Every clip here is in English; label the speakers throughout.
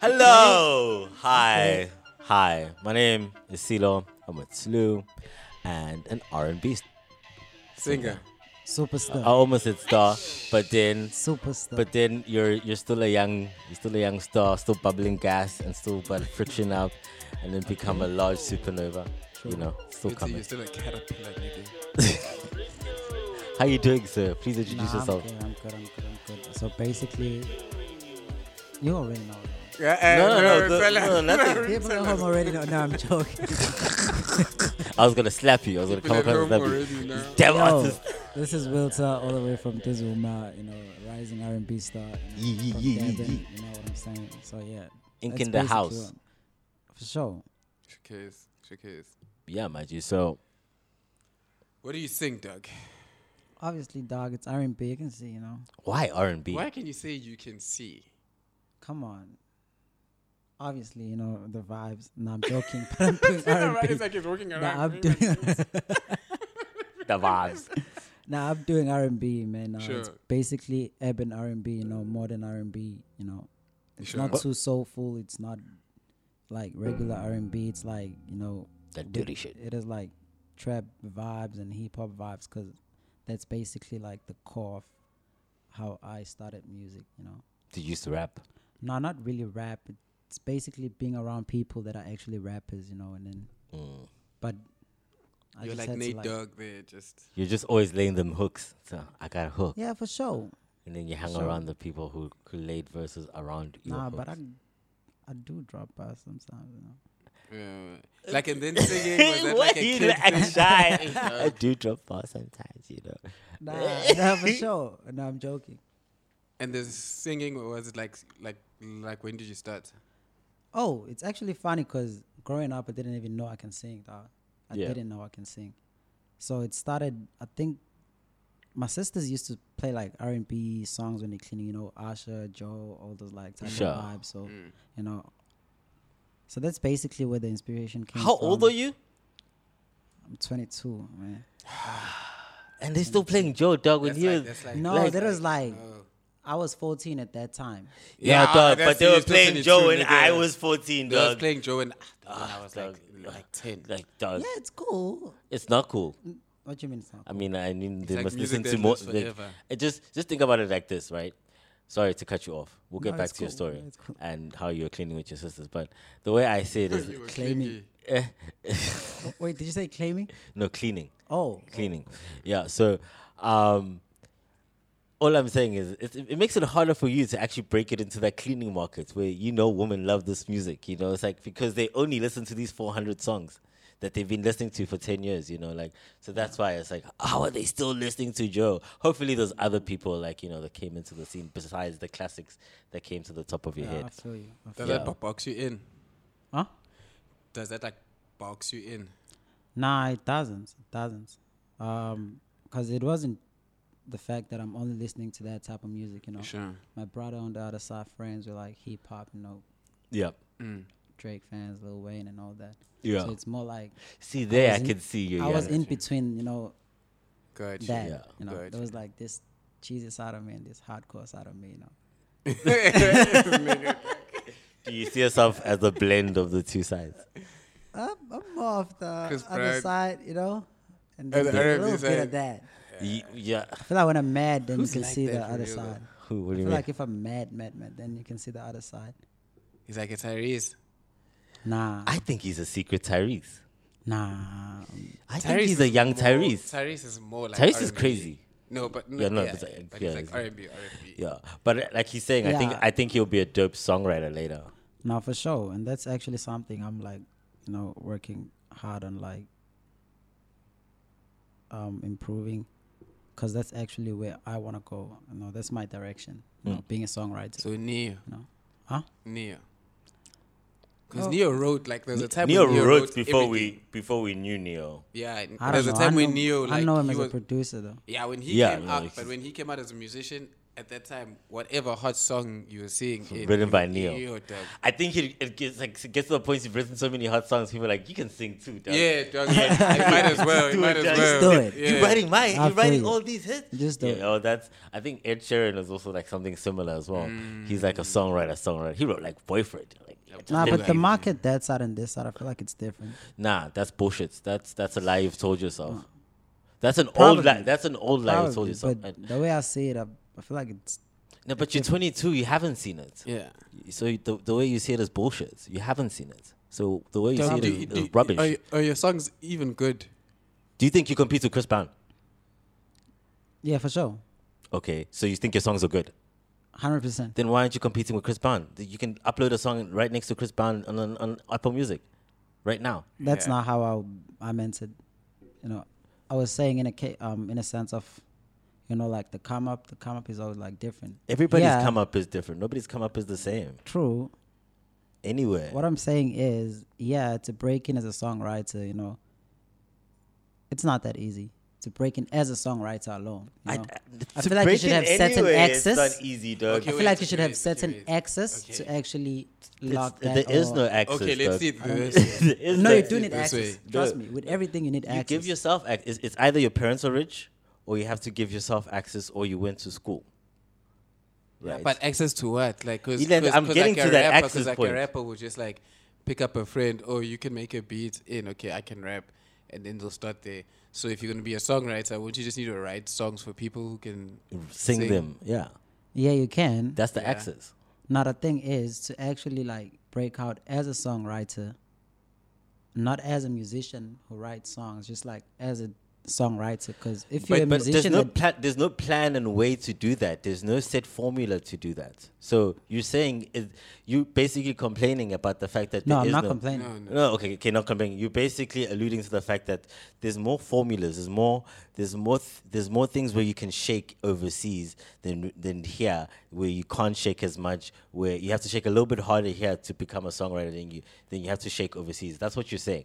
Speaker 1: Hello. Hi. Hi. My name is Silo. I'm with Slew and an R&B st-
Speaker 2: Singer.
Speaker 1: I
Speaker 3: Superstar.
Speaker 1: almost said star, but then
Speaker 3: Superstar.
Speaker 1: but then you're you're still a young you're still a young star, still bubbling gas and still but friction out and then become a large supernova. You know, still
Speaker 2: Good to you,
Speaker 1: coming.
Speaker 2: still a caterpillar, nigga.
Speaker 1: How you doing, sir? Please introduce
Speaker 3: Nah,
Speaker 1: yourself.
Speaker 3: I'm good, I'm good, I'm good, I'm good. So basically, you already know.
Speaker 2: Yeah, eh,
Speaker 1: No, no, no,
Speaker 2: eh,
Speaker 1: the-
Speaker 2: fella.
Speaker 1: no, nothing.
Speaker 3: People at home already know. No, I'm joking.
Speaker 1: I was gonna slap you. I was gonna
Speaker 2: People
Speaker 1: come
Speaker 2: at
Speaker 1: up and
Speaker 2: home
Speaker 1: slap you.
Speaker 2: already now.
Speaker 1: Damn
Speaker 3: Yo,
Speaker 1: artist.
Speaker 3: this is Wilter, all the way from Tizuma, you know, rising R&B star. You
Speaker 1: Yee,
Speaker 3: know,
Speaker 1: yee,
Speaker 3: from
Speaker 1: yee, yee,
Speaker 3: Durban,
Speaker 1: yee.
Speaker 3: You know what I'm saying? So yeah.
Speaker 1: Ink
Speaker 3: that's
Speaker 1: in the
Speaker 3: basically
Speaker 1: house.
Speaker 3: what- For sure.
Speaker 2: Showcase, showcase.
Speaker 1: Yeah, my G. So
Speaker 2: What do you sing, Doug?
Speaker 3: Obviously, dog, it's R&B. You can see, you know.
Speaker 1: why R and B?
Speaker 2: Why can you say you can see?
Speaker 3: Come on. Obviously, you know the vibes. No, I'm joking. But I'm doing R&B.
Speaker 2: It's like he's working
Speaker 3: Nah,
Speaker 2: around.
Speaker 3: I'm doing.
Speaker 1: The vibes.
Speaker 3: Nah, I'm doing R and B, man. Now It's
Speaker 2: Sure.
Speaker 3: basically urban R and B, you know, modern R and B. You know, it's
Speaker 2: Sure.
Speaker 3: not
Speaker 2: What-
Speaker 3: too soulful. It's not like regular R and B. It's like you know,
Speaker 1: That
Speaker 3: with-
Speaker 1: dirty shit.
Speaker 3: It is like trap vibes and hip hop vibes, cause that's basically like the core of how I started music. You know,
Speaker 1: Did you used to rap?
Speaker 3: no, not really rap. It's basically being around people that are actually rappers. You know, and then
Speaker 1: Mm.
Speaker 3: but I
Speaker 2: You're
Speaker 3: just
Speaker 2: like
Speaker 3: had to,
Speaker 2: Nate Doug there, just.
Speaker 1: You're just always laying them hooks. So I got a hook,
Speaker 3: Yeah, for sure.
Speaker 1: and then you hang
Speaker 3: Sure.
Speaker 1: around the people who who laid verses around you.
Speaker 3: Nah, but I I do drop bars sometimes. You know.
Speaker 2: Yeah. uh, Like and then singing was that like a
Speaker 1: you
Speaker 2: kid
Speaker 1: like,
Speaker 2: thing?
Speaker 1: shy? I do drop bars sometimes, you know.
Speaker 3: Nah, nah, for sure. No, I'm joking.
Speaker 2: And the singing was it like like like when did you start?
Speaker 3: Oh, it's actually funny because growing up, I didn't even know I can sing. Dog. I
Speaker 1: Yeah.
Speaker 3: didn't know I can sing. So it started. I think my sisters used to play like R and B songs when they clean. You know, Asha, Joe, all those like type
Speaker 1: Sure.
Speaker 3: of vibes. So you know. So that's basically where the inspiration came
Speaker 1: How
Speaker 3: from.
Speaker 1: old are you?
Speaker 3: I'm 22, man.
Speaker 1: And they're still playing Joe Dog when
Speaker 2: That's
Speaker 1: you.
Speaker 2: like, that's like
Speaker 3: No,
Speaker 1: Like-
Speaker 3: that was like
Speaker 2: oh.
Speaker 3: I was 14 at that time.
Speaker 1: yeah,
Speaker 2: Yeah,
Speaker 1: dog.
Speaker 2: that's-
Speaker 1: But they
Speaker 2: you're
Speaker 1: were
Speaker 2: still
Speaker 1: playing
Speaker 2: 22,
Speaker 1: Joe when
Speaker 2: nigga.
Speaker 1: I was fourteen,
Speaker 2: I was
Speaker 1: dog.
Speaker 2: playing Joe and
Speaker 1: Ah,
Speaker 2: I was
Speaker 1: dog.
Speaker 2: like like ten.
Speaker 1: Like, dog,
Speaker 3: Yeah, it's cool.
Speaker 1: it's not cool.
Speaker 3: What you mean? It's not
Speaker 1: I mean, I mean, they
Speaker 2: like
Speaker 1: must
Speaker 2: music
Speaker 1: listen
Speaker 2: that
Speaker 1: to more.
Speaker 2: lives
Speaker 1: Like,
Speaker 2: forever.
Speaker 1: it just, just think about it like this, right? Sorry to cut you off. We'll get
Speaker 3: No,
Speaker 1: back
Speaker 3: it's
Speaker 1: to your
Speaker 3: cool.
Speaker 1: story
Speaker 3: No, it's cool.
Speaker 1: and how you were cleaning with your sisters. But the way I see it is,
Speaker 2: You were
Speaker 3: claiming.
Speaker 2: clingy.
Speaker 1: eh,
Speaker 3: cool? Wait, did you say claiming?
Speaker 1: no cleaning,
Speaker 3: Oh,
Speaker 1: cleaning. Yeah. So, um, all I'm saying is, it, it makes it harder for you to actually break it into that cleaning market where you know women love this music. You know, it's like because they only listen to these 400 songs that they've been listening to for 10 years. You know, like so that's why it's like, how are they still listening to Joe? Hopefully, there's other people like you know that came into the scene besides the classics that came to the top of your
Speaker 3: yeah, Ah, I
Speaker 1: head.
Speaker 3: feel you. I feel
Speaker 2: Does
Speaker 3: you.
Speaker 2: that bo- box you in?
Speaker 3: Huh?
Speaker 2: Does that like box you in?
Speaker 3: Nah, it doesn't. It doesn't. Um, cause it wasn't the fact that I'm only listening to that type of music, you know.
Speaker 2: Sure.
Speaker 3: My brother on the other side, friends were like hip hop, you know,
Speaker 1: Yeah.
Speaker 3: Drake fans, Lil Wayne, and all that.
Speaker 1: Yeah.
Speaker 3: So it's more like
Speaker 1: See there, I,
Speaker 3: was in-
Speaker 1: can see you.
Speaker 3: I was
Speaker 1: yeah.
Speaker 3: in between, you know,
Speaker 2: Good.
Speaker 3: that.
Speaker 1: Yeah.
Speaker 3: You know,
Speaker 2: Gotcha.
Speaker 3: there was like this cheesy side of me and this hardcore side of me, you know.
Speaker 1: Do you see yourself as a blend of the two sides?
Speaker 3: I'm, I'm more of the
Speaker 2: Chris
Speaker 3: other
Speaker 2: Brown.
Speaker 3: side, you know, and
Speaker 2: And
Speaker 3: then
Speaker 2: the
Speaker 3: a
Speaker 2: R&B
Speaker 3: little bit
Speaker 2: side.
Speaker 3: of that.
Speaker 1: Y- yeah.
Speaker 3: I feel like when I'm mad, then
Speaker 2: Who's
Speaker 3: you can
Speaker 2: like
Speaker 3: see
Speaker 2: that
Speaker 3: the
Speaker 2: for
Speaker 3: other
Speaker 2: real, though?
Speaker 3: side.
Speaker 1: Who? What do
Speaker 3: I
Speaker 1: you
Speaker 3: feel
Speaker 1: mean?
Speaker 3: like if I'm mad, mad, mad, then you can see the other side.
Speaker 2: He's like it's Tyrese.
Speaker 3: Nah,
Speaker 1: I think he's a secret Tyrese.
Speaker 3: nah. um,
Speaker 1: I think he's a
Speaker 2: is
Speaker 1: young
Speaker 2: more-
Speaker 1: Tyrese.
Speaker 2: Tyrese is more like
Speaker 1: Tyrese is
Speaker 2: R&B.
Speaker 1: crazy.
Speaker 2: No, but no,
Speaker 1: Yeah, no,
Speaker 2: yeah,
Speaker 1: but, uh,
Speaker 2: yeah, but
Speaker 1: yeah,
Speaker 2: he's like
Speaker 1: exactly.
Speaker 2: R&B, R&B.
Speaker 1: Yeah, but uh, like he's saying, I think
Speaker 3: Yeah.
Speaker 1: I think he'll be a dope songwriter later.
Speaker 3: Nah, for sure. And that's actually something I'm like, you know, working hard on like um improving because that's actually where I want to go. You know, that's my direction, you know, being a songwriter.
Speaker 2: Hmm. So Neo,
Speaker 3: you know, huh?
Speaker 2: Neo. Because
Speaker 3: Oh.
Speaker 2: Neo wrote like there's a time
Speaker 1: Neo
Speaker 2: when Neo
Speaker 1: wrote,
Speaker 2: wrote
Speaker 1: before
Speaker 2: everything.
Speaker 1: we before we knew Neo.
Speaker 2: Yeah, and
Speaker 3: I don't
Speaker 2: there's
Speaker 3: know.
Speaker 2: a time
Speaker 3: I know,
Speaker 2: when Neo like
Speaker 3: I know him
Speaker 2: he
Speaker 3: as a
Speaker 2: was,
Speaker 3: producer though.
Speaker 2: yeah when he
Speaker 1: Yeah,
Speaker 2: came
Speaker 1: no,
Speaker 2: out,
Speaker 1: he's-
Speaker 2: but when he came out as a musician, at that time, whatever hot song you were seeing, it-
Speaker 1: Written by
Speaker 2: it-
Speaker 1: Neo.
Speaker 2: Neo, dog.
Speaker 1: I think it, it gets like it gets to the point you've written so many hot songs. People are like you can sing too. Dog.
Speaker 2: Yeah, dog. Yeah, you might as well. You
Speaker 1: do
Speaker 2: might
Speaker 1: it,
Speaker 2: as
Speaker 1: just
Speaker 2: well.
Speaker 3: do it.
Speaker 2: Yeah.
Speaker 1: You're writing my,
Speaker 3: I
Speaker 1: you're writing
Speaker 3: feel
Speaker 1: all these hits.
Speaker 3: Just do
Speaker 1: yeah,
Speaker 3: it.
Speaker 1: Oh, that's. I think Ed Sheeran is also like something similar as well.
Speaker 2: Mm.
Speaker 1: He's like a songwriter, songwriter. He wrote like boyfriend. Like,
Speaker 3: Nah,
Speaker 1: just
Speaker 3: but the
Speaker 1: like-
Speaker 3: market that side and this side, I feel like it's different.
Speaker 1: nah, that's bullshit. That's that's a lie you've told yourself. That's an old
Speaker 3: Probably.
Speaker 1: lie. That's an old lie you've told
Speaker 3: Probably,
Speaker 1: yourself.
Speaker 3: but
Speaker 1: And-
Speaker 3: the way I see it, I, I feel like it's
Speaker 1: no, but you're 22. You haven't seen it.
Speaker 2: Yeah.
Speaker 1: So you- the, the way you see it is bullshit. You haven't seen it. So the way you
Speaker 2: Dog,
Speaker 1: see
Speaker 2: do-
Speaker 1: it is,
Speaker 2: do-
Speaker 1: is rubbish.
Speaker 2: Are, y- are your songs even good?
Speaker 1: do you think you compete with Chris Brown?
Speaker 3: yeah for sure,
Speaker 1: Okay, so you think your songs are good?
Speaker 3: hundred percent.
Speaker 1: Then why aren't you competing with Chris Brown? Th- You can upload a song right next to Chris Brown on, on, on Apple Music, right now.
Speaker 3: That's
Speaker 2: Yeah.
Speaker 3: not how I I meant it. You know, I was saying in a ca- um in a sense of, you know, like the come up. The come up is always like different.
Speaker 1: Everybody's
Speaker 3: Yeah.
Speaker 1: come up is different. Nobody's come up is the same
Speaker 3: True.
Speaker 1: anywhere.
Speaker 3: What I'm saying is, yeah, to break in as a songwriter, you know, it's not that easy to break in as a songwriter alone. You know? I feel like you should have certain access.
Speaker 1: It's not easy, dog.
Speaker 2: Okay,
Speaker 3: I
Speaker 2: wait,
Speaker 3: feel like you should
Speaker 2: wait,
Speaker 3: have certain
Speaker 2: wait.
Speaker 3: access
Speaker 2: Okay.
Speaker 3: to actually
Speaker 1: It's-
Speaker 3: lock that.
Speaker 1: There is
Speaker 3: or-
Speaker 1: no access.
Speaker 2: Okay, let's
Speaker 1: dog.
Speaker 2: see. this.
Speaker 1: There is
Speaker 3: No,
Speaker 1: no
Speaker 3: you do need
Speaker 2: this
Speaker 3: access.
Speaker 2: way.
Speaker 3: Trust
Speaker 1: No.
Speaker 3: me, with everything you need
Speaker 1: You
Speaker 3: access.
Speaker 1: give yourself ac- it's, it's either your parents are rich, or you have to give yourself access, or you went to school. Right.
Speaker 2: But access to what? Like, cause,
Speaker 1: Even- I'm getting
Speaker 2: like
Speaker 1: to
Speaker 2: a
Speaker 1: that
Speaker 2: rapper, 'cause
Speaker 1: access
Speaker 2: like
Speaker 1: point.
Speaker 2: a rapper will just like pick up a friend, or you can make a beat in. Okay, I can rap, and then they'll start there. So if you're gonna be a songwriter, won't you just need to write songs for people who can
Speaker 1: sing,
Speaker 2: sing.
Speaker 1: them. Yeah,
Speaker 3: Yeah, you can.
Speaker 1: that's the
Speaker 2: Yeah.
Speaker 1: access.
Speaker 3: Now the thing is to actually like break out as a songwriter, not as a musician who writes songs, just like as a songwriter. Because if you're a
Speaker 1: But, but there's
Speaker 3: musician,
Speaker 1: no
Speaker 3: then-
Speaker 1: pla- there's no plan and way to do that. There's no set formula to do that. So you're saying it, you basically complaining about the fact that
Speaker 3: no,
Speaker 1: there
Speaker 3: I'm
Speaker 1: is
Speaker 3: not
Speaker 1: no,
Speaker 3: complaining.
Speaker 2: No, no.
Speaker 1: No, okay, okay, not complaining. You're basically alluding to the fact that there's more formulas, there's more, there's more, th- there's more things where you can shake overseas than than here, where you can't shake as much. Where you have to shake a little bit harder here to become a songwriter than you than you have to shake overseas. That's what you're saying.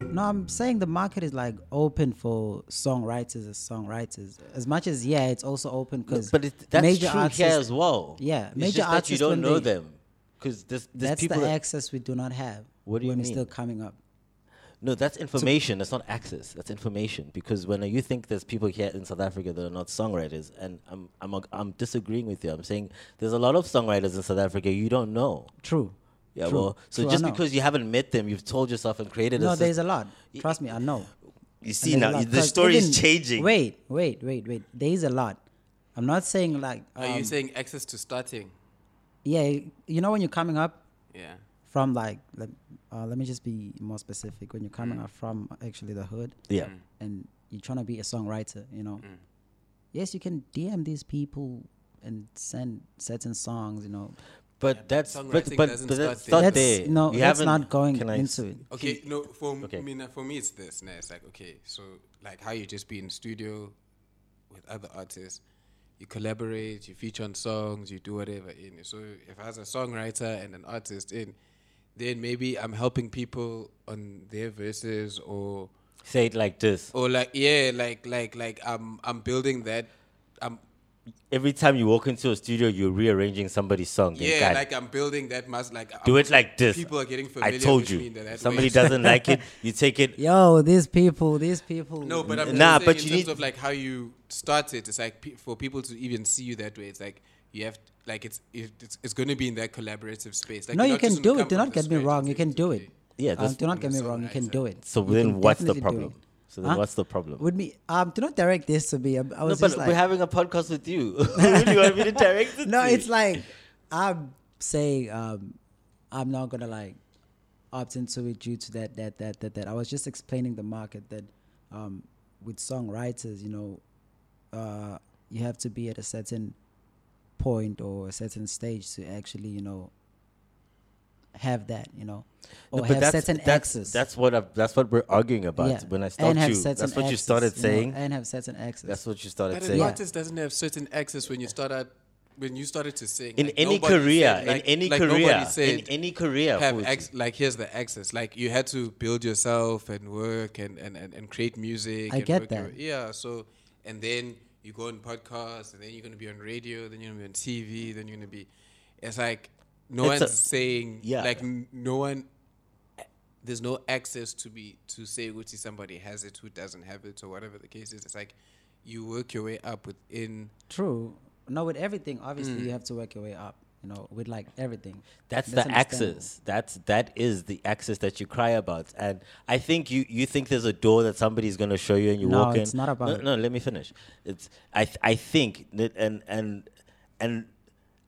Speaker 3: No, I'm saying the market is like open for songwriters as songwriters. As much as yeah, it's also open because
Speaker 1: But it, that's
Speaker 3: major
Speaker 1: true
Speaker 3: artists,
Speaker 1: here as well.
Speaker 3: yeah,
Speaker 1: it's
Speaker 3: major
Speaker 1: just that you
Speaker 3: artists
Speaker 1: don't
Speaker 3: when
Speaker 1: know
Speaker 3: they-
Speaker 1: them because there's, there's
Speaker 3: that's
Speaker 1: people
Speaker 3: the
Speaker 1: that-
Speaker 3: access we do not have.
Speaker 1: What do you
Speaker 3: when it's
Speaker 1: mean?
Speaker 3: still coming up?
Speaker 1: No, that's information. That's not access. That's information. Because when you think there's people here in South Africa that are not songwriters, and I'm, I'm, I'm disagreeing with you. I'm saying there's a lot of songwriters in South Africa you don't know.
Speaker 3: True.
Speaker 1: Yeah,
Speaker 3: True.
Speaker 1: well, so
Speaker 3: True, I
Speaker 1: just
Speaker 3: know.
Speaker 1: because you haven't met them, you've told yourself and created
Speaker 3: No,
Speaker 1: a. sys-
Speaker 3: there's a lot. Trust me, I know.
Speaker 1: you
Speaker 3: And
Speaker 1: see
Speaker 3: there's a
Speaker 1: now,
Speaker 3: lot,
Speaker 1: the
Speaker 3: 'cause
Speaker 1: story is
Speaker 3: even-
Speaker 1: changing.
Speaker 3: Wait, wait, wait, wait. There is a lot. I'm not saying like.
Speaker 2: Are you
Speaker 3: um,
Speaker 2: saying access to starting?
Speaker 3: Yeah, you know when you're coming up
Speaker 2: Yeah.
Speaker 3: from like, let, uh, let me just be more specific. When you're coming up from actually the hood,
Speaker 1: Mm. Yeah.
Speaker 2: Mm-hmm.
Speaker 1: Mm.
Speaker 3: and you're trying to be a songwriter, you know. Yes, you can DM these people and send certain songs, you know.
Speaker 1: But that's but but,
Speaker 2: songwriting
Speaker 1: but
Speaker 2: doesn't
Speaker 1: that's
Speaker 2: start
Speaker 1: not
Speaker 3: That's
Speaker 1: there.
Speaker 3: no,
Speaker 1: You
Speaker 3: that's
Speaker 1: haven't-
Speaker 3: not going
Speaker 1: can I s-
Speaker 3: into it.
Speaker 2: Okay, no, for m-
Speaker 1: Okay.
Speaker 2: I mean, uh, for me it's this. Now it's like okay, so like how you just be in studio with other artists, you collaborate, you feature on songs, you do whatever in. So if I was a songwriter and an artist in, then maybe I'm helping people on their verses or
Speaker 1: Say it like this:
Speaker 2: or like yeah, like like like I'm I'm building that. I'm
Speaker 1: Every time you walk into a studio, you're rearranging somebody's song. Then
Speaker 2: yeah,
Speaker 1: God,
Speaker 2: like I'm building that must like
Speaker 1: do
Speaker 2: I'm-
Speaker 1: it like this.
Speaker 2: People are getting familiar.
Speaker 1: I told
Speaker 2: with me
Speaker 1: you.
Speaker 2: in that
Speaker 1: Somebody
Speaker 2: way.
Speaker 1: doesn't like it, you take it.
Speaker 3: Yo, these people, these people.
Speaker 2: No, but I'm
Speaker 1: Nah,
Speaker 2: nah,
Speaker 1: but
Speaker 2: but
Speaker 1: you
Speaker 2: in terms
Speaker 1: need-
Speaker 2: of like how you start it. It's like pe- for people to even see you that way. It's like you have like it's it- it's, it's going to be in that collaborative space. Like
Speaker 3: no,
Speaker 2: you're
Speaker 3: you
Speaker 2: not
Speaker 3: can
Speaker 2: just gonna
Speaker 3: do it.
Speaker 2: come
Speaker 3: Do
Speaker 2: from
Speaker 3: not
Speaker 2: the
Speaker 3: get me
Speaker 2: scratch
Speaker 3: wrong.
Speaker 2: and
Speaker 3: You
Speaker 2: say,
Speaker 3: can do
Speaker 2: okay.
Speaker 3: it.
Speaker 1: Yeah,
Speaker 3: Um,
Speaker 1: that's-
Speaker 3: do not get me
Speaker 2: I'm a
Speaker 3: wrong. You can
Speaker 2: songwriter.
Speaker 3: do it.
Speaker 1: So
Speaker 3: You
Speaker 1: then,
Speaker 3: can
Speaker 1: what's the
Speaker 3: definitely do
Speaker 1: problem?
Speaker 3: it.
Speaker 1: So then,
Speaker 3: Huh?
Speaker 1: what's the problem?
Speaker 3: With me, um, do not direct this to me. I, I
Speaker 1: no,
Speaker 3: was
Speaker 1: but
Speaker 3: just
Speaker 1: we're
Speaker 3: like,
Speaker 1: having a podcast with you. really want me to direct it?
Speaker 3: no,
Speaker 1: to
Speaker 3: it's
Speaker 1: you?
Speaker 3: like I'm saying um, I'm not gonna like opt into it due to that, that, that, that, that. I was just explaining the market that um, with songwriters, you know, uh, you have to be at a certain point or a certain stage to actually, you know, have that, you know, or
Speaker 1: No, but
Speaker 3: have
Speaker 1: that's,
Speaker 3: certain
Speaker 1: that's,
Speaker 3: access.
Speaker 1: That's what I've, that's what we're arguing about.
Speaker 3: Yeah.
Speaker 1: When I
Speaker 3: And
Speaker 1: stopped
Speaker 3: have
Speaker 1: you,
Speaker 3: certain
Speaker 1: that's what you
Speaker 3: access,
Speaker 1: started
Speaker 3: know,
Speaker 1: saying.
Speaker 3: and have certain access.
Speaker 1: that's what you started
Speaker 2: But an
Speaker 1: saying.
Speaker 3: Yeah.
Speaker 2: artist doesn't have certain access when you start out. When you started to sing,
Speaker 1: In
Speaker 2: like,
Speaker 1: any
Speaker 2: nobody
Speaker 1: career,
Speaker 2: said, like-
Speaker 1: in any
Speaker 2: like, nobody
Speaker 1: career,
Speaker 2: said,
Speaker 1: in any career,
Speaker 2: have
Speaker 1: Fuji.
Speaker 2: ex- like here's the access. Like you had to build yourself and work and and, and, and create music.
Speaker 3: I
Speaker 2: and
Speaker 3: get
Speaker 2: work your-
Speaker 3: that.
Speaker 2: yeah. So and then you go on podcasts, and then you're gonna be on radio, then you're gonna be on TV, then you're gonna be. It's like no
Speaker 1: It's
Speaker 2: one's
Speaker 1: a-
Speaker 2: saying
Speaker 1: yeah.
Speaker 2: like n- no one. There's no access to be to say which is somebody has it, who doesn't have it, or whatever the case is. It's like you work your way up within.
Speaker 3: True. No, with everything, obviously you have to work your way up. You know, with like everything.
Speaker 1: Mm. That's
Speaker 3: And
Speaker 1: the
Speaker 3: understandable.
Speaker 1: access. That's that is the access that you cry about. And I think you you think there's a door that somebody's going to show you and you
Speaker 3: No,
Speaker 1: walk in.
Speaker 3: it's not about
Speaker 1: No,
Speaker 3: it.
Speaker 1: no, let me finish. It's I th- I think that and and and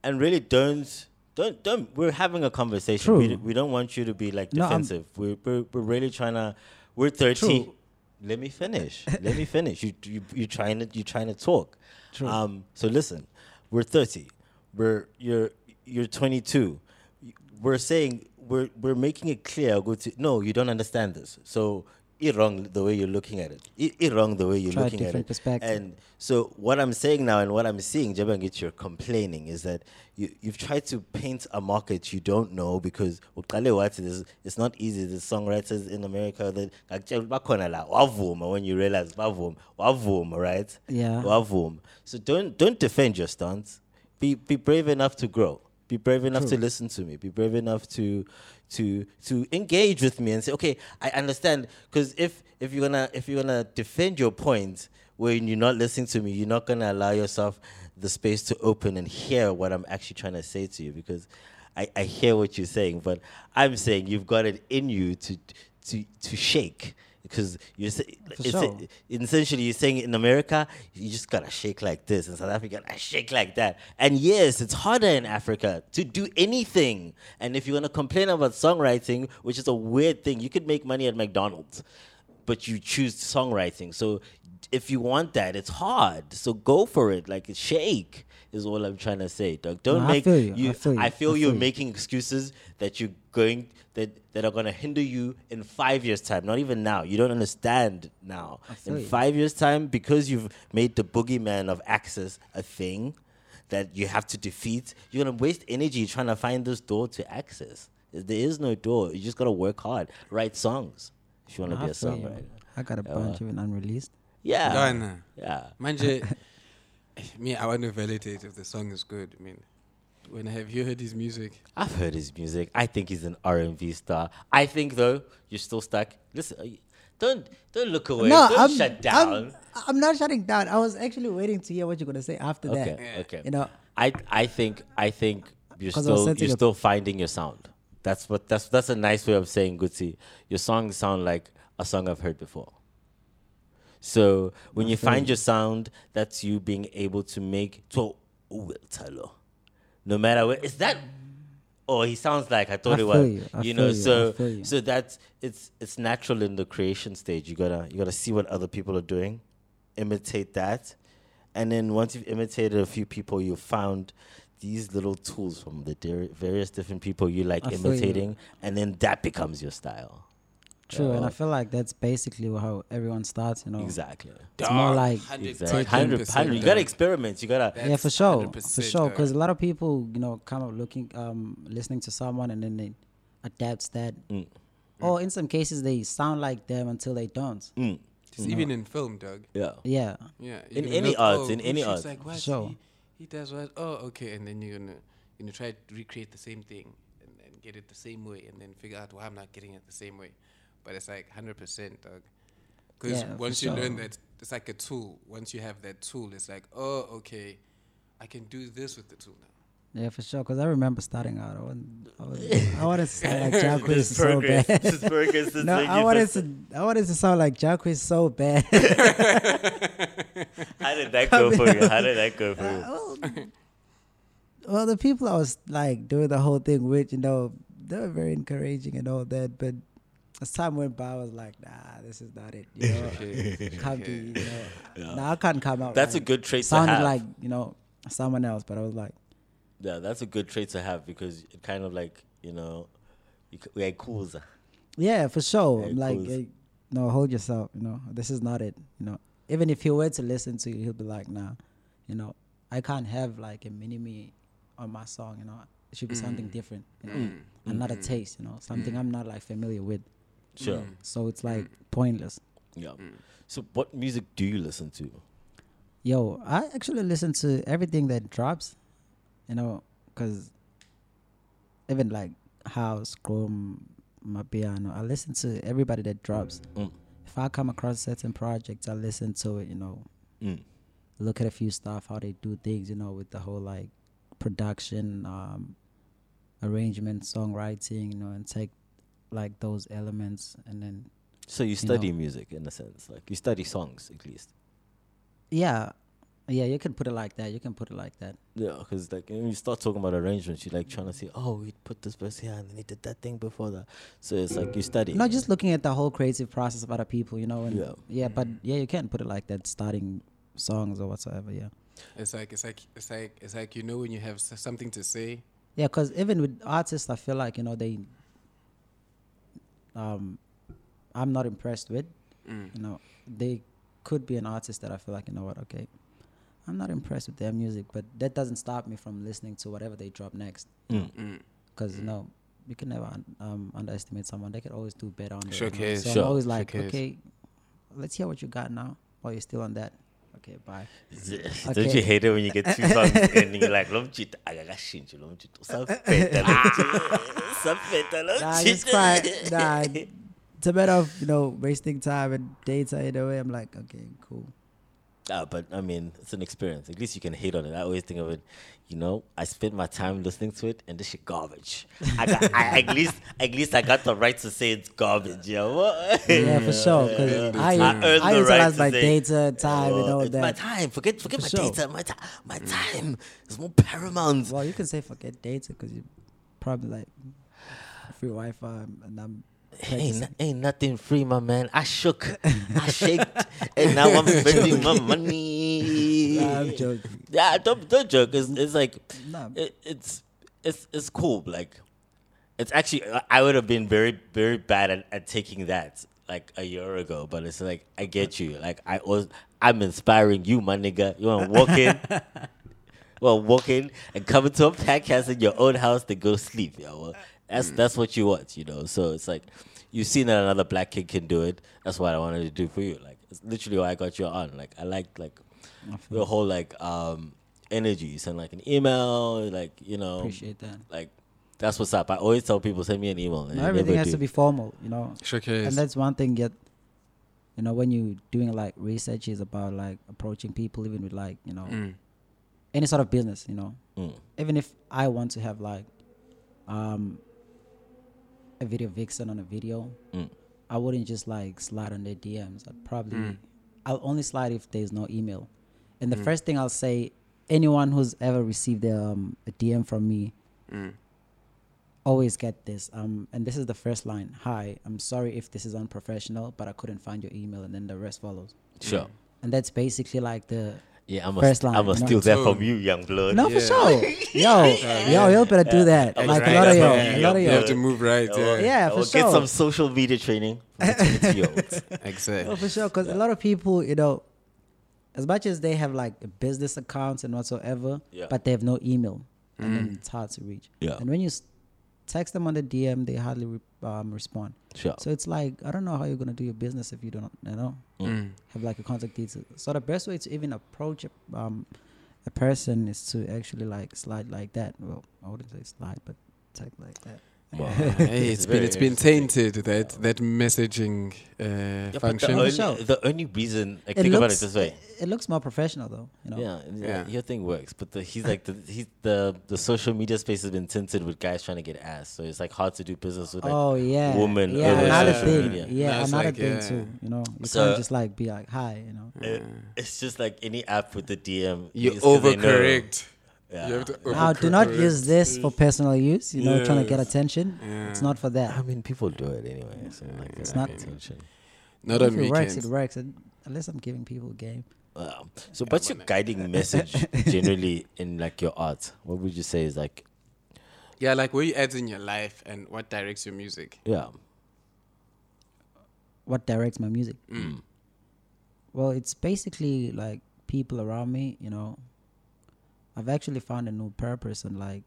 Speaker 1: and really don't don't don't we're having a conversation. We,
Speaker 3: True.
Speaker 1: d- we don't want you to be like
Speaker 3: No, I'm-
Speaker 1: defensive. we're, we're we're really trying to we're 30.
Speaker 3: True.
Speaker 1: Let me finish. Let me finish. You you you trying to you trying to talk.
Speaker 3: True.
Speaker 1: Um, so listen, we're 30. We're you're you're 22. We're saying we're we're making it clear. Go to no, you don't understand this. So it wrong the way you're looking at it. It, it wrong the way you're
Speaker 3: Try a
Speaker 1: looking at it.
Speaker 3: different perspective.
Speaker 1: And so what I'm saying now and what I'm seeing, Jabangit, you're complaining is that you you've tried to paint a market you don't know because uqale wathi this- it's not easy. The songwriters in America that ngakutshela ukuthi bakhona la wavuma when you realize bavuma wavuma right
Speaker 3: Yeah.
Speaker 1: Wa- boom. So don't don't defend your stance. Be be brave enough to grow. Be brave enough to listen to me. Be brave enough to to to engage with me and say, okay, I understand. Because if if you're gonna if you're gonna defend your point when you're not listening to me, you're not gonna allow yourself the space to open and hear what I'm actually trying to say to you. Because I, I hear what you're saying, but I'm saying you've got it in you to to to shake. Because you're sa- it's-
Speaker 3: sure.
Speaker 1: essentially you're saying in America, you just gotta shake like this. In South Africa, I shake like that. And yes, it's harder in Africa to do anything. And if you wanna complain about songwriting, which is a weird thing, you could make money at McDonald's, but you choose songwriting. So if you want that, it's hard. So go for it. Like shake is all I'm trying to say, dog. Don't
Speaker 3: No, I
Speaker 1: make
Speaker 3: feel you. I feel you.
Speaker 1: I
Speaker 3: I
Speaker 1: feel
Speaker 3: feel
Speaker 1: you're
Speaker 3: you.
Speaker 1: making excuses that you're going that that are gonna hinder you in five years time. Not even now. You don't understand now in
Speaker 3: feel you.
Speaker 1: five years' time, because you've made the boogeyman of access a thing that you have to defeat, you're gonna waste energy trying to find this door to access. There is no door. You just gotta work hard, write songs if you wanna
Speaker 3: No,
Speaker 1: be a
Speaker 3: I feel you.
Speaker 1: songwriter.
Speaker 3: I got a
Speaker 1: Yeah.
Speaker 3: bunch even unreleased.
Speaker 1: Yeah,
Speaker 2: Done.
Speaker 1: yeah.
Speaker 2: Manje, me, I want to validate if the song is good. I mean, when have you heard his music?
Speaker 1: I've heard his music. I think he's an R and B star. I think though you're still stuck. Listen, uh, you- don't don't look away. don't shut down.
Speaker 3: I'm, I'm not shutting down. I was actually waiting to hear what you're gonna say after
Speaker 1: okay,
Speaker 3: that.
Speaker 1: okay.
Speaker 3: You know,
Speaker 1: I I think I think you're
Speaker 3: 'Cause I was
Speaker 1: still you're
Speaker 3: sensitive.
Speaker 1: still finding your sound. That's what that's that's a nice way of saying Gucci. Your songs sound like a song I've heard before. So when you find your sound, that's you being able to make to oh, talo. No matter where is that oh he sounds like I thought
Speaker 3: I
Speaker 1: it
Speaker 3: feel
Speaker 1: was
Speaker 3: you, I
Speaker 1: know,
Speaker 3: feel you, I
Speaker 1: so
Speaker 3: feel you.
Speaker 1: so that's it's it's natural in the creation stage. You gotta you gotta see what other people are doing, imitate that. And then once you've imitated a few people, you found these little tools from the dir- various different people you like
Speaker 3: I feel you.
Speaker 1: imitating, and then that becomes your style.
Speaker 3: true. And
Speaker 1: Yeah.
Speaker 3: I feel like that's basically how everyone starts. You know,
Speaker 1: Exactly.
Speaker 3: Oh. It's more
Speaker 2: Dog,
Speaker 3: like-
Speaker 2: 100%,
Speaker 1: Exactly. 100, 100. You gotta
Speaker 2: dog.
Speaker 1: experiment. You gotta.
Speaker 3: yeah, for
Speaker 2: That's
Speaker 3: sure, for
Speaker 2: 100%,
Speaker 3: sure.
Speaker 2: uh,
Speaker 3: Because a lot of people, you know, come up looking, um, listening to someone, and then they adapt that.
Speaker 1: Mm.
Speaker 3: Or in some cases, they sound like them until they don't.
Speaker 1: Mm.
Speaker 2: Just even in film, dog.
Speaker 1: Yeah.
Speaker 3: Yeah,
Speaker 2: Yeah.
Speaker 1: In any
Speaker 2: art,
Speaker 1: arts, in any
Speaker 2: art.
Speaker 1: arts.
Speaker 2: Like, what?
Speaker 3: Sure.
Speaker 2: He, he does what? Oh, okay. And then you're gonna you know try to recreate the same thing and, and get it the same way, and then figure out why I'm not getting it the same way. But it's like hundred percent, dog. Because
Speaker 3: Yeah, for
Speaker 2: once you learn
Speaker 3: sure.
Speaker 2: that, it's like a tool. Once you have that tool, it's like, oh, okay, I can do this with the tool now.
Speaker 3: yeah, for sure. Because I remember starting out, I wanted, I wanted, I wanted to sound like Jacquees
Speaker 1: This
Speaker 3: so
Speaker 1: progress.
Speaker 3: bad.
Speaker 1: This progress. This
Speaker 3: No,
Speaker 1: thing
Speaker 3: I
Speaker 1: you
Speaker 3: wanted
Speaker 1: just-
Speaker 3: to, I wanted to sound like Jacquees so bad.
Speaker 1: How did that go for you? How did that go for you?
Speaker 3: well, well, the people I was like doing the whole thing with, you know, they were very encouraging and all that. But as time went by, I was like, nah, this is not it. You know, can't be. You know, nah, I can't come out.
Speaker 1: That's a
Speaker 3: right.
Speaker 1: good trait to
Speaker 3: Sounded
Speaker 1: have.
Speaker 3: like you know someone else, but I was like,
Speaker 1: Yeah, that's a good trait to have because it kind of like you know, you c- we're cool.
Speaker 3: yeah, for sure.
Speaker 1: Yeah,
Speaker 3: I'm like,
Speaker 1: cool.
Speaker 3: hey, no, hold yourself. You know, this is not it. You know, even if he were to listen to you, he'll be like, nah, you know, I can't have like a mini me on my song. You know, it should be something different. You know,
Speaker 1: Mm.
Speaker 2: Mm.
Speaker 3: another taste. You know, something I'm not like familiar with.
Speaker 1: Sure.
Speaker 3: Mm. So it's like pointless.
Speaker 2: Mm.
Speaker 1: Yeah. So, what music do you listen to?
Speaker 3: yo, I actually listen to everything that drops, you know, because even like house, grom, my piano, I listen to everybody that drops.
Speaker 1: Mm.
Speaker 3: If I come across certain projects, I listen to it, you know,
Speaker 1: Mm.
Speaker 3: look at a few stuff, how they do things, you know, with the whole like production, um, arrangement, songwriting, you know, and take like those elements and then
Speaker 1: So you
Speaker 3: know.
Speaker 1: study music in a sense, like you study songs at least.
Speaker 3: yeah, yeah, you can put it like that. You can put it like that.
Speaker 1: Yeah, because like when you start talking about arrangements, you're like trying to see, oh, we put this verse here and then he did that thing before that. So it's like you study.
Speaker 3: Not just looking at the whole creative process of other people, you know. And
Speaker 1: Yeah.
Speaker 3: yeah. but yeah, you can put it like that, starting songs or whatsoever. Yeah,
Speaker 2: It's like it's like it's like it's like you know when you have s- something to say.
Speaker 3: yeah, because even with artists, I feel like you know they, um, I'm not impressed with. You know, they could be an artist that I feel like you know what, okay, I'm not impressed with their music, but that doesn't stop me from listening to whatever they drop next.
Speaker 1: Mm.
Speaker 3: because you know you can never un- um, underestimate someone. They could always do better on their own.
Speaker 2: Showcase.
Speaker 3: So
Speaker 1: Sure.
Speaker 3: I'm always like,
Speaker 2: Showcase.
Speaker 3: okay, let's hear what you got now. Oh, you're still on that. Okay, bye.
Speaker 1: Don't
Speaker 3: Okay.
Speaker 1: you hate it when you get two songs and you're like, lomchita, agagashintshi, lomchita, usapeta, lomchita, usapeta,
Speaker 3: Nah, it's
Speaker 1: lomchita."
Speaker 3: fine. Nah, it's a matter of you know wasting time and data in a way. I'm like, okay, cool.
Speaker 1: Ah, but I mean, it's an experience. At least you can hate on it. I always think of it, you know, I spent my time listening to it and this shit garbage. I got, I, at least, at least I got the right to say it's garbage. Yeah,
Speaker 3: Yeah, for sure. Because
Speaker 2: Yeah.
Speaker 3: I,
Speaker 2: I
Speaker 1: earned
Speaker 3: I
Speaker 1: the
Speaker 3: utilize
Speaker 1: right to
Speaker 3: my
Speaker 1: say,
Speaker 3: data, time, and
Speaker 1: Well,
Speaker 3: all
Speaker 1: it's my
Speaker 3: that.
Speaker 1: time. Forget, forget my
Speaker 3: For sure. Mm.
Speaker 1: data. My time, my time is more paramount.
Speaker 3: Well, you can say forget data because you probably like free Wi-Fi, and I'm
Speaker 1: Ain't, no- ain't nothing free, my man. I shook, I shaked, and now I'm spending my money.
Speaker 3: Nah, I'm joking.
Speaker 1: Yeah, don't don't joke. It's, it's like
Speaker 3: Nah.
Speaker 1: it, it's it's it's cool. Like it's actually uh, I would have been very very bad at, at taking that like a year ago. But it's like I get you. Like I was I'm inspiring you, my nigga. You want to walk in. Well, walk in and come into a podcast in your own house to go sleep. Yeah, well, that's that's what you want, you know. So it's like you've seen that another black kid can do it. That's what I wanted to do for you. Like it's literally why I got you on. Like I liked like the whole like um energy. You send like an email, like you know,
Speaker 3: appreciate that.
Speaker 1: like that's what's up. I always tell people send me an email. And
Speaker 3: No,
Speaker 1: they
Speaker 3: everything
Speaker 1: never
Speaker 3: has
Speaker 1: do.
Speaker 3: to be formal, you know.
Speaker 2: Showcase.
Speaker 3: And that's one thing that you know when you're doing like research is about like approaching people, even with like you know
Speaker 2: Mm.
Speaker 3: any sort of business, you know.
Speaker 1: Mm.
Speaker 3: Even if I want to have like um a video vixen on a video,
Speaker 1: Mm.
Speaker 3: I wouldn't just like slide on their DMs. I'd probably I'll only slide if there's no email. And the first thing I'll say, anyone who's ever received a, um, a DM from me, always get this. Um, and this is the first line. Hi, I'm sorry if this is unprofessional, but I couldn't find your email, and then the rest follows.
Speaker 1: sure.
Speaker 3: And that's basically like the
Speaker 1: Yeah, I'm
Speaker 3: Mm. First
Speaker 1: a,
Speaker 3: line,
Speaker 1: I'm a
Speaker 3: you know?
Speaker 1: steal that from
Speaker 2: Tone.
Speaker 1: you, young blood.
Speaker 3: no for
Speaker 2: Yeah.
Speaker 3: sure, yo, yo, you better do that.
Speaker 1: Yeah.
Speaker 3: Like
Speaker 1: Right,
Speaker 3: a lot of
Speaker 1: that's
Speaker 3: yo,
Speaker 1: what
Speaker 3: a
Speaker 1: we-
Speaker 3: lot of
Speaker 2: You
Speaker 1: yeah.
Speaker 3: yo.
Speaker 2: have to move right. Yeah.
Speaker 3: Yeah,
Speaker 1: I
Speaker 3: for
Speaker 1: will Get
Speaker 3: sure.
Speaker 1: some social media training from the 20-year-olds.
Speaker 3: No,
Speaker 2: Exactly.
Speaker 3: for sure, because a lot of people, you know, as much as they have like business accounts and whatsoever,
Speaker 1: Yeah. Mm.
Speaker 3: but they have no email, and then it's hard to reach.
Speaker 1: Yeah.
Speaker 3: And when you s- text them on the DM, they hardly re- um, respond.
Speaker 1: Sure.
Speaker 3: So it's like I don't know how you're gonna do your business if you don't, you know,
Speaker 1: Mm.
Speaker 2: Mm.
Speaker 3: have like a contact details. So the best way to even approach a, um, a person is to actually like slide like that. Well, I wouldn't say slide, but text like that.
Speaker 1: Wow.
Speaker 2: Hey, it's been
Speaker 1: very
Speaker 2: it's been
Speaker 1: interesting.
Speaker 2: tainted that that messaging uh,
Speaker 1: Yeah, but the,
Speaker 2: function.
Speaker 1: only,
Speaker 3: Sure.
Speaker 1: the only reason, like, think about it this way.
Speaker 3: It, looks more professional though. You know.
Speaker 1: Yeah, yeah,
Speaker 2: Yeah.
Speaker 1: your thing works, but the, he's like the he's the the social media space has been tinted with guys trying to get ass, so it's like hard to do business with like
Speaker 3: oh yeah,
Speaker 1: woman
Speaker 3: Yeah,
Speaker 1: over
Speaker 3: another
Speaker 1: social
Speaker 3: thing.
Speaker 1: media.
Speaker 3: Yeah,
Speaker 2: No, it's
Speaker 3: another
Speaker 2: like,
Speaker 3: thing
Speaker 2: yeah.
Speaker 3: too. You know, you
Speaker 1: So-
Speaker 3: can't just like be like hi. You know.
Speaker 1: It- it's just like any app with the DM.
Speaker 2: you
Speaker 1: it's 'cause they know-
Speaker 2: overcorrect.
Speaker 1: Yeah.
Speaker 2: You have to
Speaker 3: Now, do not
Speaker 2: overcorrect.
Speaker 3: use this for personal use. You know, trying to get
Speaker 2: Yes.
Speaker 3: attention. It's not for that.
Speaker 1: I mean, people do it anyway. So like, it's
Speaker 3: not-
Speaker 1: not attention.
Speaker 2: Not
Speaker 3: if
Speaker 2: on
Speaker 3: it
Speaker 2: weekends.
Speaker 3: works, it works. And unless I'm giving people game.
Speaker 1: Wow. So, what's your guiding message generally in like your art? What would you say is like,
Speaker 2: Yeah, like where you at in your life and what directs your music.
Speaker 1: yeah,
Speaker 3: what directs my music. Well, it's basically like people around me, you know. I've actually found a new purpose in like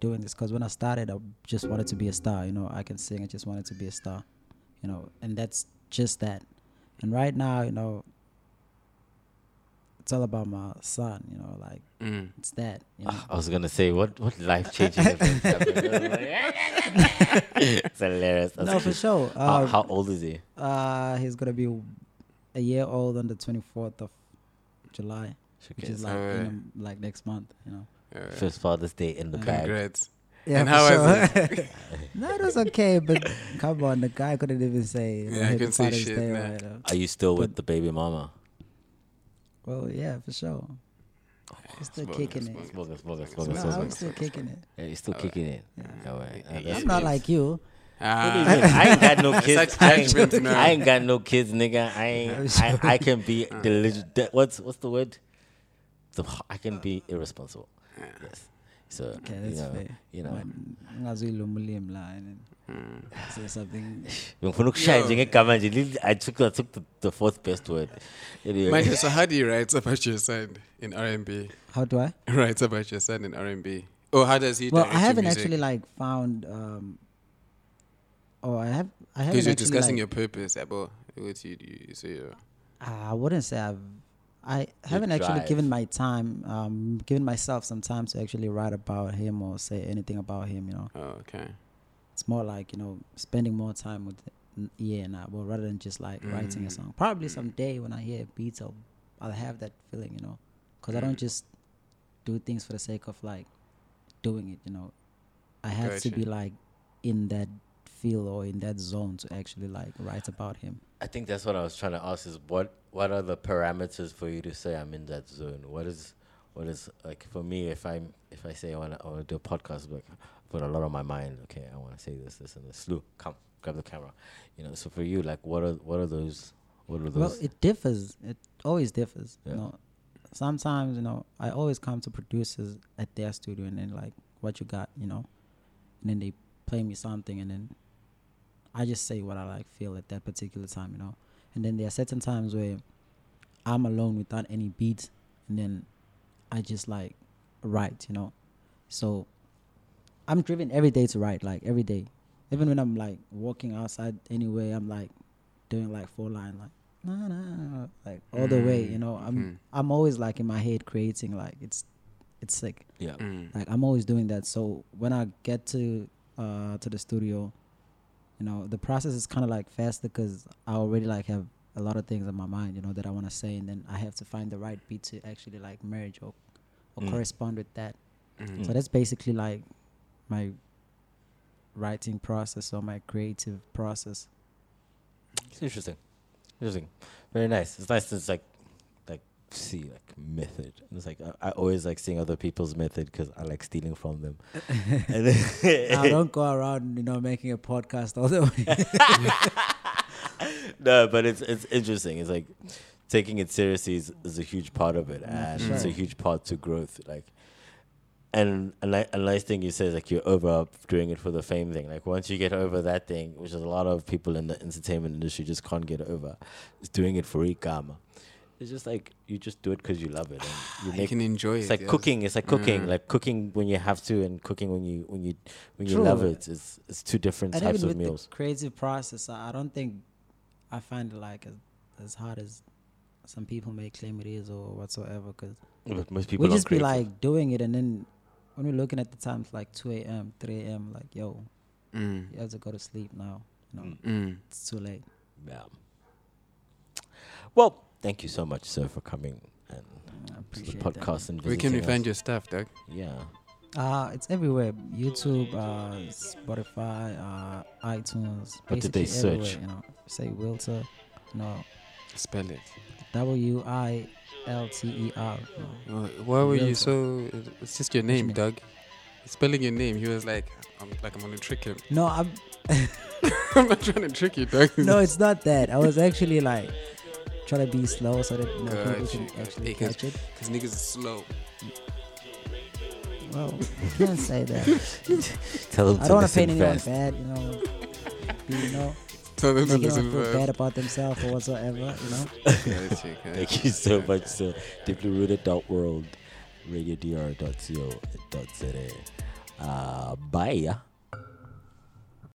Speaker 3: doing this because when I started, I just wanted to be a star, you know. I can sing, I just wanted to be a star, you know, and that's just that. And right now, you know, it's all about my son, you know, like it's that. You know?
Speaker 1: Ah, I was gonna say what what life changing events happened. it's hilarious. That's
Speaker 3: no, for
Speaker 1: cute.
Speaker 3: sure.
Speaker 1: how,
Speaker 3: Uh,
Speaker 1: how old is he?
Speaker 3: uh, he's gonna be a year old on the twenty fourth of July, which
Speaker 1: Okay,
Speaker 3: is like
Speaker 2: alright.
Speaker 3: in a, like next month, you know.
Speaker 2: Yeah.
Speaker 1: First Father's Day in the bag.
Speaker 2: Congrats.
Speaker 3: Yeah,
Speaker 2: and
Speaker 3: for
Speaker 2: how was
Speaker 3: sure. no, it was okay, but come on, the guy couldn't even say.
Speaker 2: Yeah, I
Speaker 3: "Happy
Speaker 2: couldn't say
Speaker 3: Father's
Speaker 2: shit,
Speaker 3: Day," or
Speaker 2: nah.
Speaker 3: whatever.
Speaker 1: Are you still with the baby mama?
Speaker 3: Well, yeah, for sure.
Speaker 2: Oh,
Speaker 3: I'm still
Speaker 2: Smoking,
Speaker 3: kicking it.
Speaker 1: Smoking,
Speaker 2: smoking.
Speaker 1: smoking,
Speaker 3: No,
Speaker 1: smoking,
Speaker 3: I'm
Speaker 1: smoking.
Speaker 3: still kicking it.
Speaker 1: Yeah, you're still kicking it. Yeah, right. Ah, that's
Speaker 3: I'm not
Speaker 1: good.
Speaker 3: like you.
Speaker 1: What do
Speaker 2: Ah,
Speaker 3: Uh,
Speaker 1: you mean? I ain't got no kids.
Speaker 2: Such
Speaker 1: I ain't,
Speaker 2: judgment, no.
Speaker 1: I ain't got no kids, nigga. I ain't. I, I can be
Speaker 3: Uh.
Speaker 1: diligent. de- What's what's the word? The- I can be irresponsible. Yes. So
Speaker 3: Okay,
Speaker 1: you
Speaker 3: that's
Speaker 1: know,
Speaker 3: fair.
Speaker 1: you know.
Speaker 3: Ngazwile umlimi la and
Speaker 2: Hmm.
Speaker 3: then say something.
Speaker 1: Bengifuna ukushaya nje ngegama nje, li- I took I took the, the fourth best word. Anyway.
Speaker 2: Michael, so how do you write about your son in R&B?
Speaker 3: How do I?
Speaker 2: Writes about your son in R&B. Oh, how does he?
Speaker 3: Well,
Speaker 2: direct
Speaker 3: I
Speaker 2: your
Speaker 3: haven't
Speaker 2: music?
Speaker 3: actually like found. um Oh, I have. I haven't.
Speaker 2: Because you're
Speaker 3: actually,
Speaker 2: discussing
Speaker 3: like-
Speaker 2: your purpose, Abo. What you do, you- so you
Speaker 3: I wouldn't say I've. I haven't
Speaker 1: drive.
Speaker 3: actually given my time, um, given myself some time to actually write about him or say anything about him. You know,
Speaker 2: Oh, okay.
Speaker 3: it's more like you know spending more time with n- yeah and I, well, rather than just like writing a song. Probably someday when I hear beats, I'll, I'll have that feeling. You know, because I don't just do things for the sake of like doing it. You know, I had to
Speaker 2: Gotcha.
Speaker 3: be like in that field or in that zone to actually like write about him.
Speaker 1: I think that's what I was trying to ask is what what are the parameters for you to say I'm in that zone? What is what is like for me if I'm if I say I wanna I wanna do a podcast like put a lot on my mind, okay, I wanna say this, this and this. Lou, come, grab the camera. You know, so for you like what are what are those what are
Speaker 3: Well,
Speaker 1: those
Speaker 3: it differs. It always differs.
Speaker 1: Yeah.
Speaker 3: You know, sometimes you know I always come to producers at their studio and then like what you got, you know, and then they play me something and then I just say what I like feel at that particular time, you know. And then there are certain times where I'm alone without any beats, and then I just like write, you know. So I'm driven every day to write, like every day. Even when I'm like walking outside anywhere, I'm like doing like four line, like nah, nah, nah, like all the
Speaker 2: Mm.
Speaker 3: way, you know. I'm I'm always like in my head creating, like it's it's sick.
Speaker 1: yeah.
Speaker 2: Mm.
Speaker 3: Like I'm always doing that. So when I get to uh to the studio, you know, the process is kind of like faster because I already like have a lot of things on my mind, you know, that I want to say, and then I have to find the right beat to actually like merge or or correspond with that.
Speaker 2: Mm.
Speaker 3: So that's basically like my writing process or my creative process.
Speaker 1: It's interesting. Interesting. Very nice. It's nice to just, like like see like method. And It's like I, I always like seeing other people's method because I like stealing from them. and then,
Speaker 3: I don't go around, you know, making a podcast all the way.
Speaker 1: no, but it's it's interesting. It's like taking it seriously is, is a huge part of
Speaker 3: Mm-hmm.
Speaker 1: it, and it's a
Speaker 3: sure.
Speaker 1: huge part to growth. Like, and a, ni- a nice thing you say is like you're over doing it for the fame thing. Like once you get over that thing, which is a lot of people in the entertainment industry just can't get over, is doing it for ikama. It's just like you just do it because you love it. And you
Speaker 2: You
Speaker 1: make
Speaker 2: can enjoy
Speaker 1: it's
Speaker 2: it.
Speaker 1: like
Speaker 2: yes.
Speaker 1: cooking. It's like
Speaker 3: Mm.
Speaker 1: cooking. Like cooking when you have to, and cooking when you when you when you
Speaker 3: True.
Speaker 1: love it. It's it's two different
Speaker 3: and
Speaker 1: types
Speaker 3: even
Speaker 1: of
Speaker 3: with
Speaker 1: meals.
Speaker 3: the creative process, I I don't think I find it like as, as hard as some people may claim it is or whatsoever. Because
Speaker 1: But most people
Speaker 3: we
Speaker 1: aren't
Speaker 3: just be
Speaker 1: creative.
Speaker 3: like doing it, and then when we're looking at the time, it's like two a.m., three a.m. Like, yo,
Speaker 2: Mm.
Speaker 3: you have to go to sleep now. You know,
Speaker 1: Mm.
Speaker 3: it's too late.
Speaker 1: Yeah. Well, thank you so much, sir, for coming and
Speaker 3: I
Speaker 1: to the
Speaker 3: appreciate that.
Speaker 1: podcast and
Speaker 2: Where can we
Speaker 1: visiting
Speaker 2: find
Speaker 1: us.
Speaker 2: your stuff, Doug?
Speaker 1: Yeah.
Speaker 3: Uh, it's everywhere. YouTube, uh, Spotify, uh, iTunes.
Speaker 1: What did they
Speaker 3: basically everywhere,
Speaker 1: search?
Speaker 3: You know, say Wilter. No,
Speaker 2: Spell it.
Speaker 3: W I L T E R. you know.
Speaker 2: Why why were you
Speaker 3: Yes.
Speaker 2: so? It's just your
Speaker 3: you
Speaker 2: name,
Speaker 3: mean?
Speaker 2: Doug. Spelling your name. He was like, I'm like I'm gonna trick him.
Speaker 3: No, I'm.
Speaker 2: I'm not trying to trick you, Doug.
Speaker 3: No, it's not that. I was actually like trying to be slow so that you know,
Speaker 2: Got
Speaker 3: people
Speaker 2: you,
Speaker 3: can
Speaker 2: got
Speaker 3: actually
Speaker 2: you. Hey,
Speaker 3: catch it.
Speaker 2: Cause niggas is slow.
Speaker 3: Well, you can't say that.
Speaker 1: Tell them to
Speaker 3: I don't want to
Speaker 1: listen
Speaker 3: paint anyone
Speaker 1: fast.
Speaker 3: bad, you know. Be, you know,
Speaker 2: Tell them to
Speaker 3: make anyone
Speaker 2: listen
Speaker 3: feel
Speaker 2: first.
Speaker 3: bad about themselves or whatsoever, you know.
Speaker 2: Got you, got
Speaker 1: Thank you so much, sir. Deeply rooted dot world, radiodr.co.za. Uh, bye. yeah.